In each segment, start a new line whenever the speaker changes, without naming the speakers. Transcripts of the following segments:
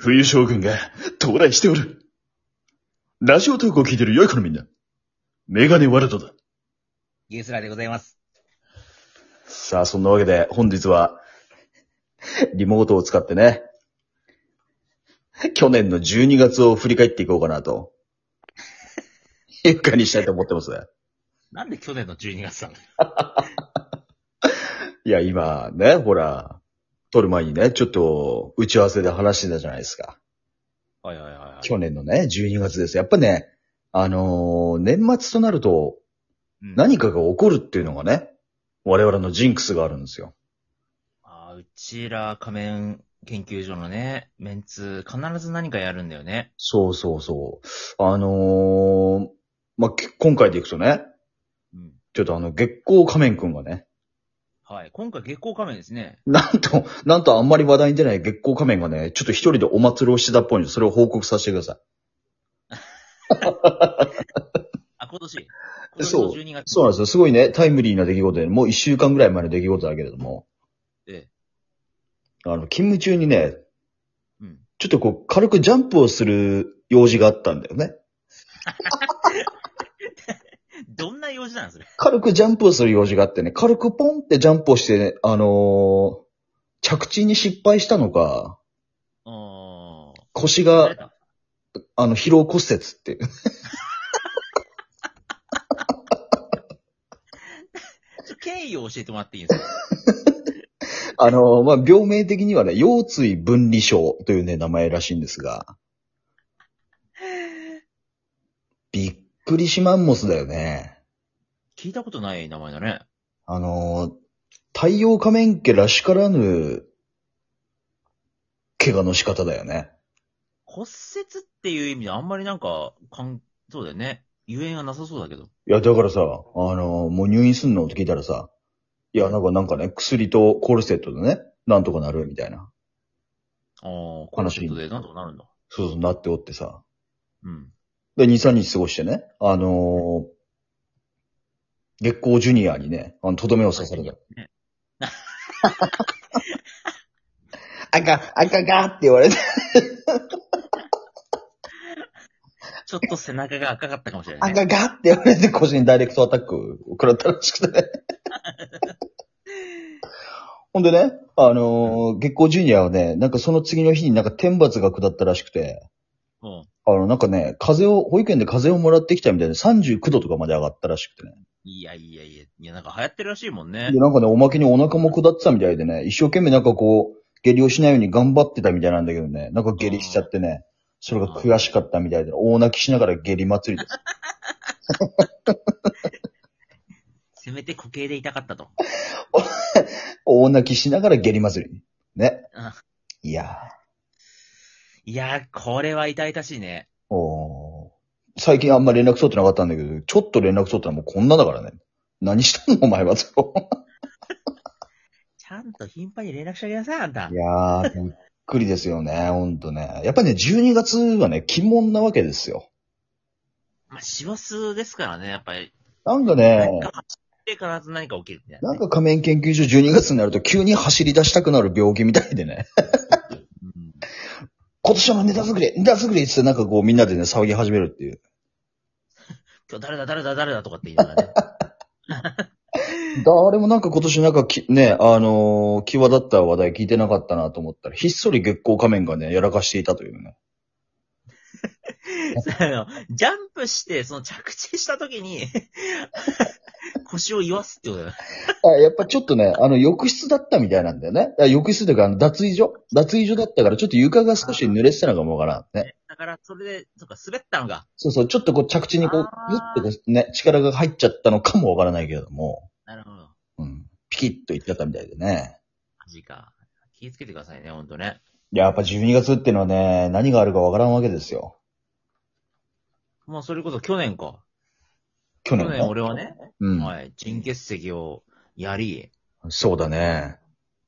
冬将軍が到来しておる。ラジオトークを聞いてる良い子のみんな。メガネワルドだ。
ゲスラでございます。
さあ、そんなわけで本日は、リモートを使ってね、去年の12月を振り返っていこうかなと、いう感じにしたいと思ってます。
なんで去年の12月なんだよ。
いや、今ね、ほら、撮る前にね、ちょっと打ち合わせで話してたじゃないですか。
はいはいはいはい。
去年のね、12月です。やっぱね、あのー年末となると、
うん
何かが起こるっていうのがね、我々のジンクスがあるんですよ。
あーうちら仮面研究所のね、メンツ、必ず何かやるんだよね。
そうそうそう。あのーまあ、き今回でいくとね、
うん。
ちょっとあの、月光仮面くんがね、
はい。今回月光仮面ですね。
なんと、なんとあんまり話題に出ない月光仮面がね、ちょっと一人でお祭りをしてたっぽいんで、それを報告させてください。
あ、今年。
そう
今年の12月。
そうなんですよ。すごいね、タイムリーな出来事で、もう一週間ぐらい前の出来事だけれども、
え
あの、勤務中にね、
えうん。
ちょっとこう、軽くジャンプをする用事があったんだよね。
どんな用事なんそれ。
軽くジャンプをする用事があってね、軽くポンってジャンプをして、ね、あのー着地に失敗したのか、
うーん。
腰
慣れ
が、
た
あの、疲労骨折って いう。
ちょ経緯を教えてもらっていいですか
あのーまあ、病名的にはね、腰椎分離症というね、名前らしいんですが、びっくりしマンモスだよね。
聞いたことない名前だね。
あのー、太陽仮面家らしからぬ、怪我の仕方だよね。
骨折っていう意味であんまりなんか、かん、そうだよね。ゆえんがなさそうだけど。
いや、だからさ、あのー、もう入院すんのって聞いたらさ、いや、なんか、なんかね、薬とコルセットでね、なんとかなる、みたいな。
ああ、このことでなんとかなるんだ。
そうそう、なっておってさ。
うん。
で、2、3日過ごしてね、あのー、月光ジュニアにね、あの、とどめを刺され た。
ね
あかん、あかんかって言わ れて、
ちょっと背中が赤かったかもしれな
あ
い、
か
ね。
んかって言われて、腰にダイレクトアタックを食らったらしくてね。 ほんでね、あのー月光ジュニアはね、なんかその次の日になんか天罰が下ったらしくて、
うん。
あの、なんかね、風邪を、保育園で風邪をもらってきたみたいで39度とかまで上がったらしくてね。
いやいやいや、いやなんか流行ってるらしいもんね
で、。なんかね、おまけにお腹も下ってたみたいでね、一生懸命なんかこう、下痢をしないように頑張ってたみたいなんだけどね、なんか下痢しちゃってね、それが悔しかったみたいで、大泣きしながら下痢祭りです。
せめて固形で痛かったと。
大泣きしながら下痢祭り。ね
うん。
いやー。
いやー、これは痛々しいね。
おー最近あんま連絡取ってなかったんだけど、ちょっと連絡取ったらもうこんなだからね。何したのお前は。い
ちゃんと頻繁に連絡してあげなさい、あんた。
やー、びっくりですよね。ほんとね。やっぱね、12月はね、鬼門なわけですよ。
まあ、師走ですからね、やっぱり。
なんかね、
何か走って必ず何か起きるみたいな
なん
ね。
か仮面研究所12月になると急に走り出したくなる病気みたいでね。
うん
今年はネタ作り、ネタ作りって言ってなんかこうみんなでね、騒ぎ始めるっていう。
今日誰だ誰だ誰だとかって言いながら ね。
誰もなんか今年なんかき、ね、あのー、際立った話題聞いてなかったなと思ったら、ひっそり月光仮面がね、やらかしていたというね。
あの、ジャンプして、その着地した時に、 腰を言わすってことだよ。
あやっぱちょっとね、あの、浴室だったみたいなんだよね。あ浴室というか、あの、脱衣所脱衣所だったから、ちょっと床が少し濡れてたのかもわからん。ね。
だから、それで、そっか、滑ったのが。
そうそう、ちょっとこう着地にこう
あ、ー
ぐっとこうね、力が入っちゃったのかもわからないけれども、
なるほど。
うん。ピキッといっちゃったみたいでね。
マジか。気をつけてくださいね、ほんとね。
いややっぱ12月っていうのはね、何があるかわからんわけですよ。
もうそれこそ去年か。
去
去
年ね
年俺はね、
うん。
はい、腎結石をやり、
そうだね。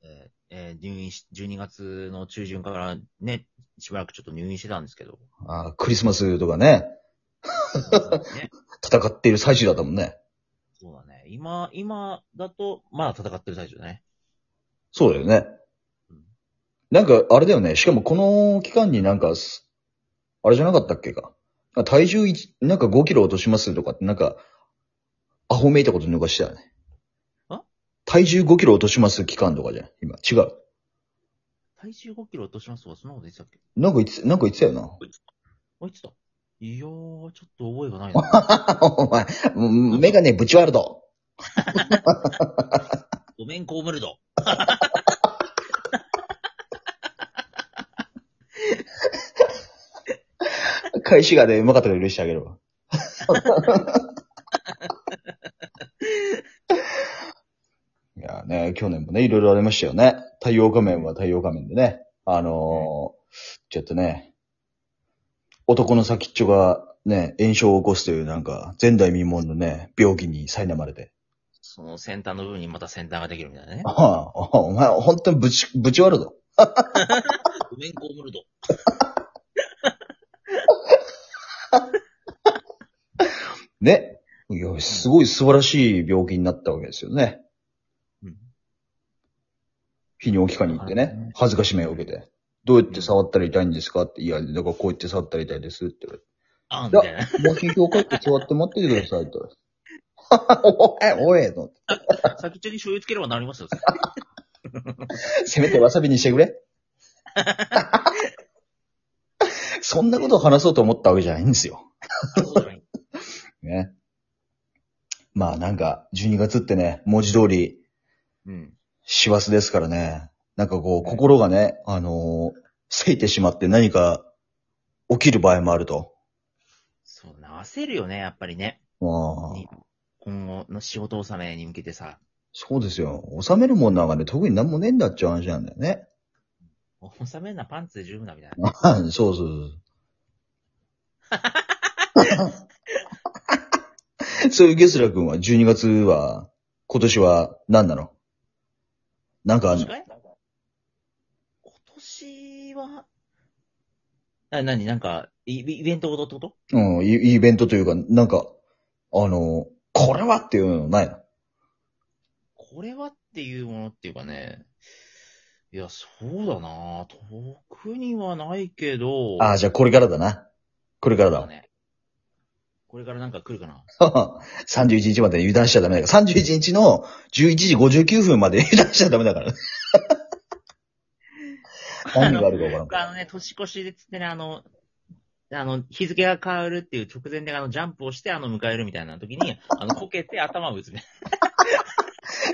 えーえー入院し、12月の中旬からね、しばらくちょっと入院してたんです けど、
あクリスマスとかね、
ね、
戦っている最中だったもんね。
そうだね。今、今だと、まだ戦ってる最中だね。
そうだよね。なんか、あれだよね。しかもこの期間になんかす、あれじゃなかったっけか。体重いちなんか5キロ落としますとかって、なんか、アホめいたこと抜かしたよね。
あ
体重5キロ落とします期間とかじゃん。今、違う。
体重5キロ落としますとか、そんなこと言ってたっけ
なんか言って、なんか言ってたよな。
あ、言ってた。いやー、ちょっと覚えがな いな。
お前、うんメガネぶち割ると。
ごめん、コームルド。
返しがね、うまかったから許してあげれば。いやね、去年もね、いろいろありましたよね。太陽仮面は太陽仮面でね。あのー、ちょっとね、男の先っちょがね、炎症を起こすというなんか、前代未聞のね、病気に苛まれて。
その先端の部分にまた先端ができるみたいなね。
ああお前、本当にぶち、ぶち割るぞ。
ごめん、コームルド。
ね。いや、すごい素晴らしい病気になったわけですよね。
うん。
泌尿器科に行って
なかなか
ね
ね、
恥ずかしめを受けて。どうやって触ったら痛いんですかって、いや、だからこうやって触ったら痛いですって言わ
あんみたいな。
れて。医療協会って座って待っててくださいって言われて。おい、おいと思って、
先っちょに醤油つければなり ますよ。
せめてわさびにしてくれ。 そんなことを話そうと思ったわけじゃないんですよ。
あそうじゃない
ね。まあなんか、12月ってね、文字通り、
うん。
師走ですからね。なんかこう、心がね、あのー、せいてしまって何か起きる場合もあると。
そうだな、焦るよね、やっぱりね。
まあ、
に今後の仕事納めに向けてさ、
そうですよ。収めるもんなんかね、特になんもねえんだっちゃう話なんだよね。
納めんなパンツで十分だみたいな。
そうそう そう。そういうゲスラ君は12月は、今年は何なのなんかあんの
確かに今年は、な、なに、なんか、イイベントごとってこと
うん、イイベントというか、なんか、あのー、これはっていうのないの
これはっていうものっていうかね、いや、そうだな特にはないけど、
ああ、じゃあこれからだな。これから
そう
だ。
だね。これからなんか来るかな
31日まで油断しちゃダメだから。31日の11時59分まで油断しちゃダメだ から。何があるか分からん
あのね、年越しでつってね、あの、あの、日付が変わるっていう直前であの、ジャンプをして、あの、迎えるみたいな時に、あの、こけて頭を打つみたい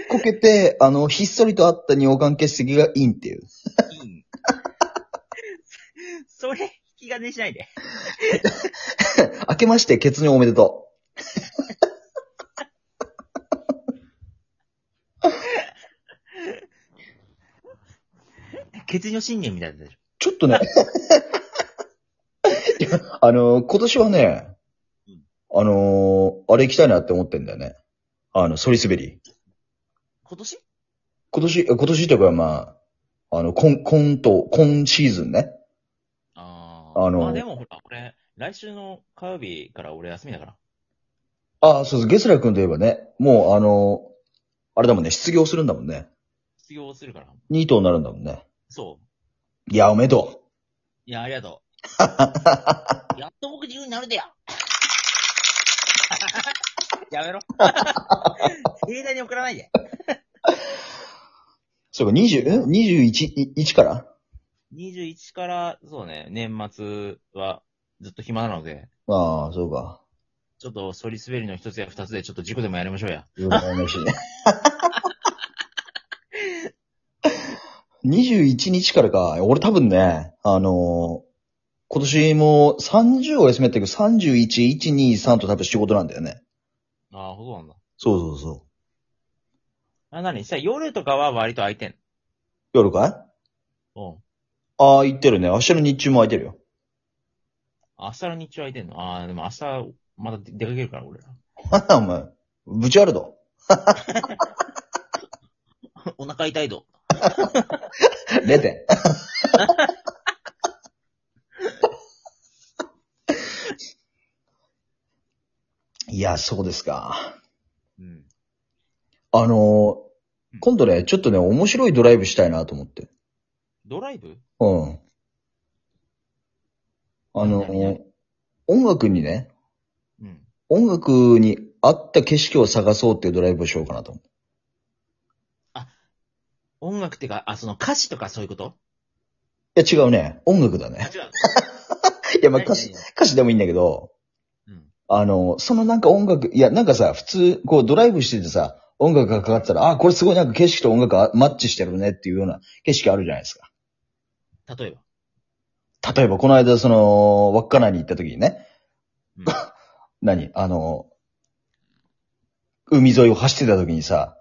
こけて、あの、ひっそりとあった尿管結石がイン っていう。
な。いいそれ、引き金にしないで。
明けまして、血尿おめでと
血尿信念みたいなやつでし
う。
ょ
ちょっと ね。いやあの、今年はね
うん、
あのあれ行きたいなって思ってんだよね。あの、ソリ滑り。
今年
今年、今年というかまあ、あの、今、今と、今シーズンね。
あ
あの
まあでもほら、俺、来週の火曜日から俺休みだから。
ああ、そうそう、ゲスラ君といえばね、もうあの、あれだもんね、失業するんだもんね。
失業するから。
ニートになるんだもんね。
そう。
いや、おめでと
いや、ありがと う。やっと僕自由になるでや。や めろ。 盛大に送らないで。
う。そうか、20、ん ?21、1から
21から、そうね、年末はずっと暇なので、
ああ、そうか。
ちょっとソリ滑りの一つや二つでちょっと軸でもやりましょうや。
羨ましいね。21日からか。俺多分ね、あのー今年も30を休めてるけど、31、1、2、3と多分仕事なんだよね。
ああ、ほとんどなんだ。
そうそうそ
あ、なにさ、夜とかは割と空いてん。
う。夜かい
うん。
ああ、行ってるね。明日の日中も空いてるよ。
明日の日中空いてんのああ、でも明日、また出かけるから、俺ら。
お前、ぶちあるぞ。
お腹痛いと。
0点。 いや、そうですか。
うん。
あのー今度ね、ちょっとね、面白いドライブしたいなと思って。
ドライブ
うん。あ
何々
の、音楽にね、
うん。
音楽に合った景色を探そうっていうドライブをしようかなと思う。
音楽ってか、あ、その歌詞とかそういうこと
いや、違うね。音楽だ
あ、
ね。
違 う。
いや、まあ、歌詞、歌詞でもいいんだけど、
うん。
あの、そのなんか音楽、いや、なんかさ、普通、こうドライブしててさ、音楽がかかってたら、あ、これすごいなんか景色と音楽がマッチしてるねっていうような景色あるじゃないですか。
例えば。
例えば、この間、その、稚内に行った時にね、
うん、
何あの、海沿いを走ってた時にさ、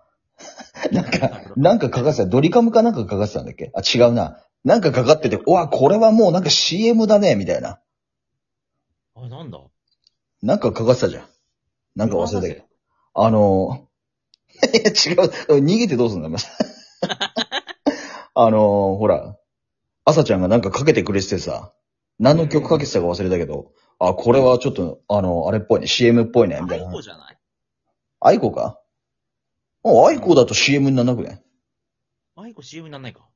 なんか、なんかかかってた、ドリカムかなんかかかってたんだっけあ、違うな。なんかかかってて、うわ、これはもうなんか CM だね、みたいな。
あ、なんだ
なんかかかってたじゃん。なんか忘れたけど。
ど。
あの、 いや、違う。逃げてどうすんだ、まず あの、ほら、朝ちゃんがなんかかけてくれててさ、何の曲かけてたか忘れたけど、あ、これはちょっと、あの、あれっぽいね、CM っぽいね、み
あ
たい
い
な
こ。じゃない
アイコかあ、アイコだと CM にならなくね
あいこ CM になんないか。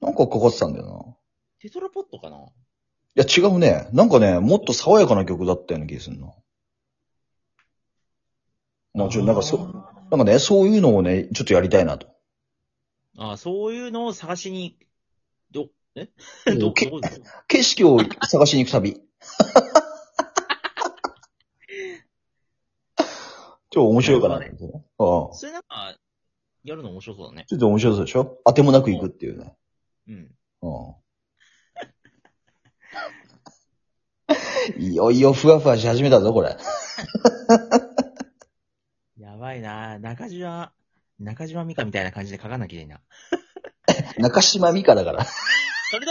なんかかかってたんだよ
テトラポットかな
な。いや、違うね。なんかね、もっと爽やかな曲だったような気がするな。まあ、ちょ、なんかそ、なんかね、そういうのをね、ちょっとやりたいなと。
ああ、そういうのを探しに、ど、え
うん
ど、ど
け
こですか
景色を探しに行く 旅。超面白いかなと思ってね。ああ。
それなんか、やるの面白そうだね。
ちょっと面白そうでしょ当てもなく行くっていうね。
うん。
うん。いよいよふわふわし始めたぞ、これ。
やばいな中島、中島美香みたいな感じで書かなきゃいけないな。
中島美香だから。
それでは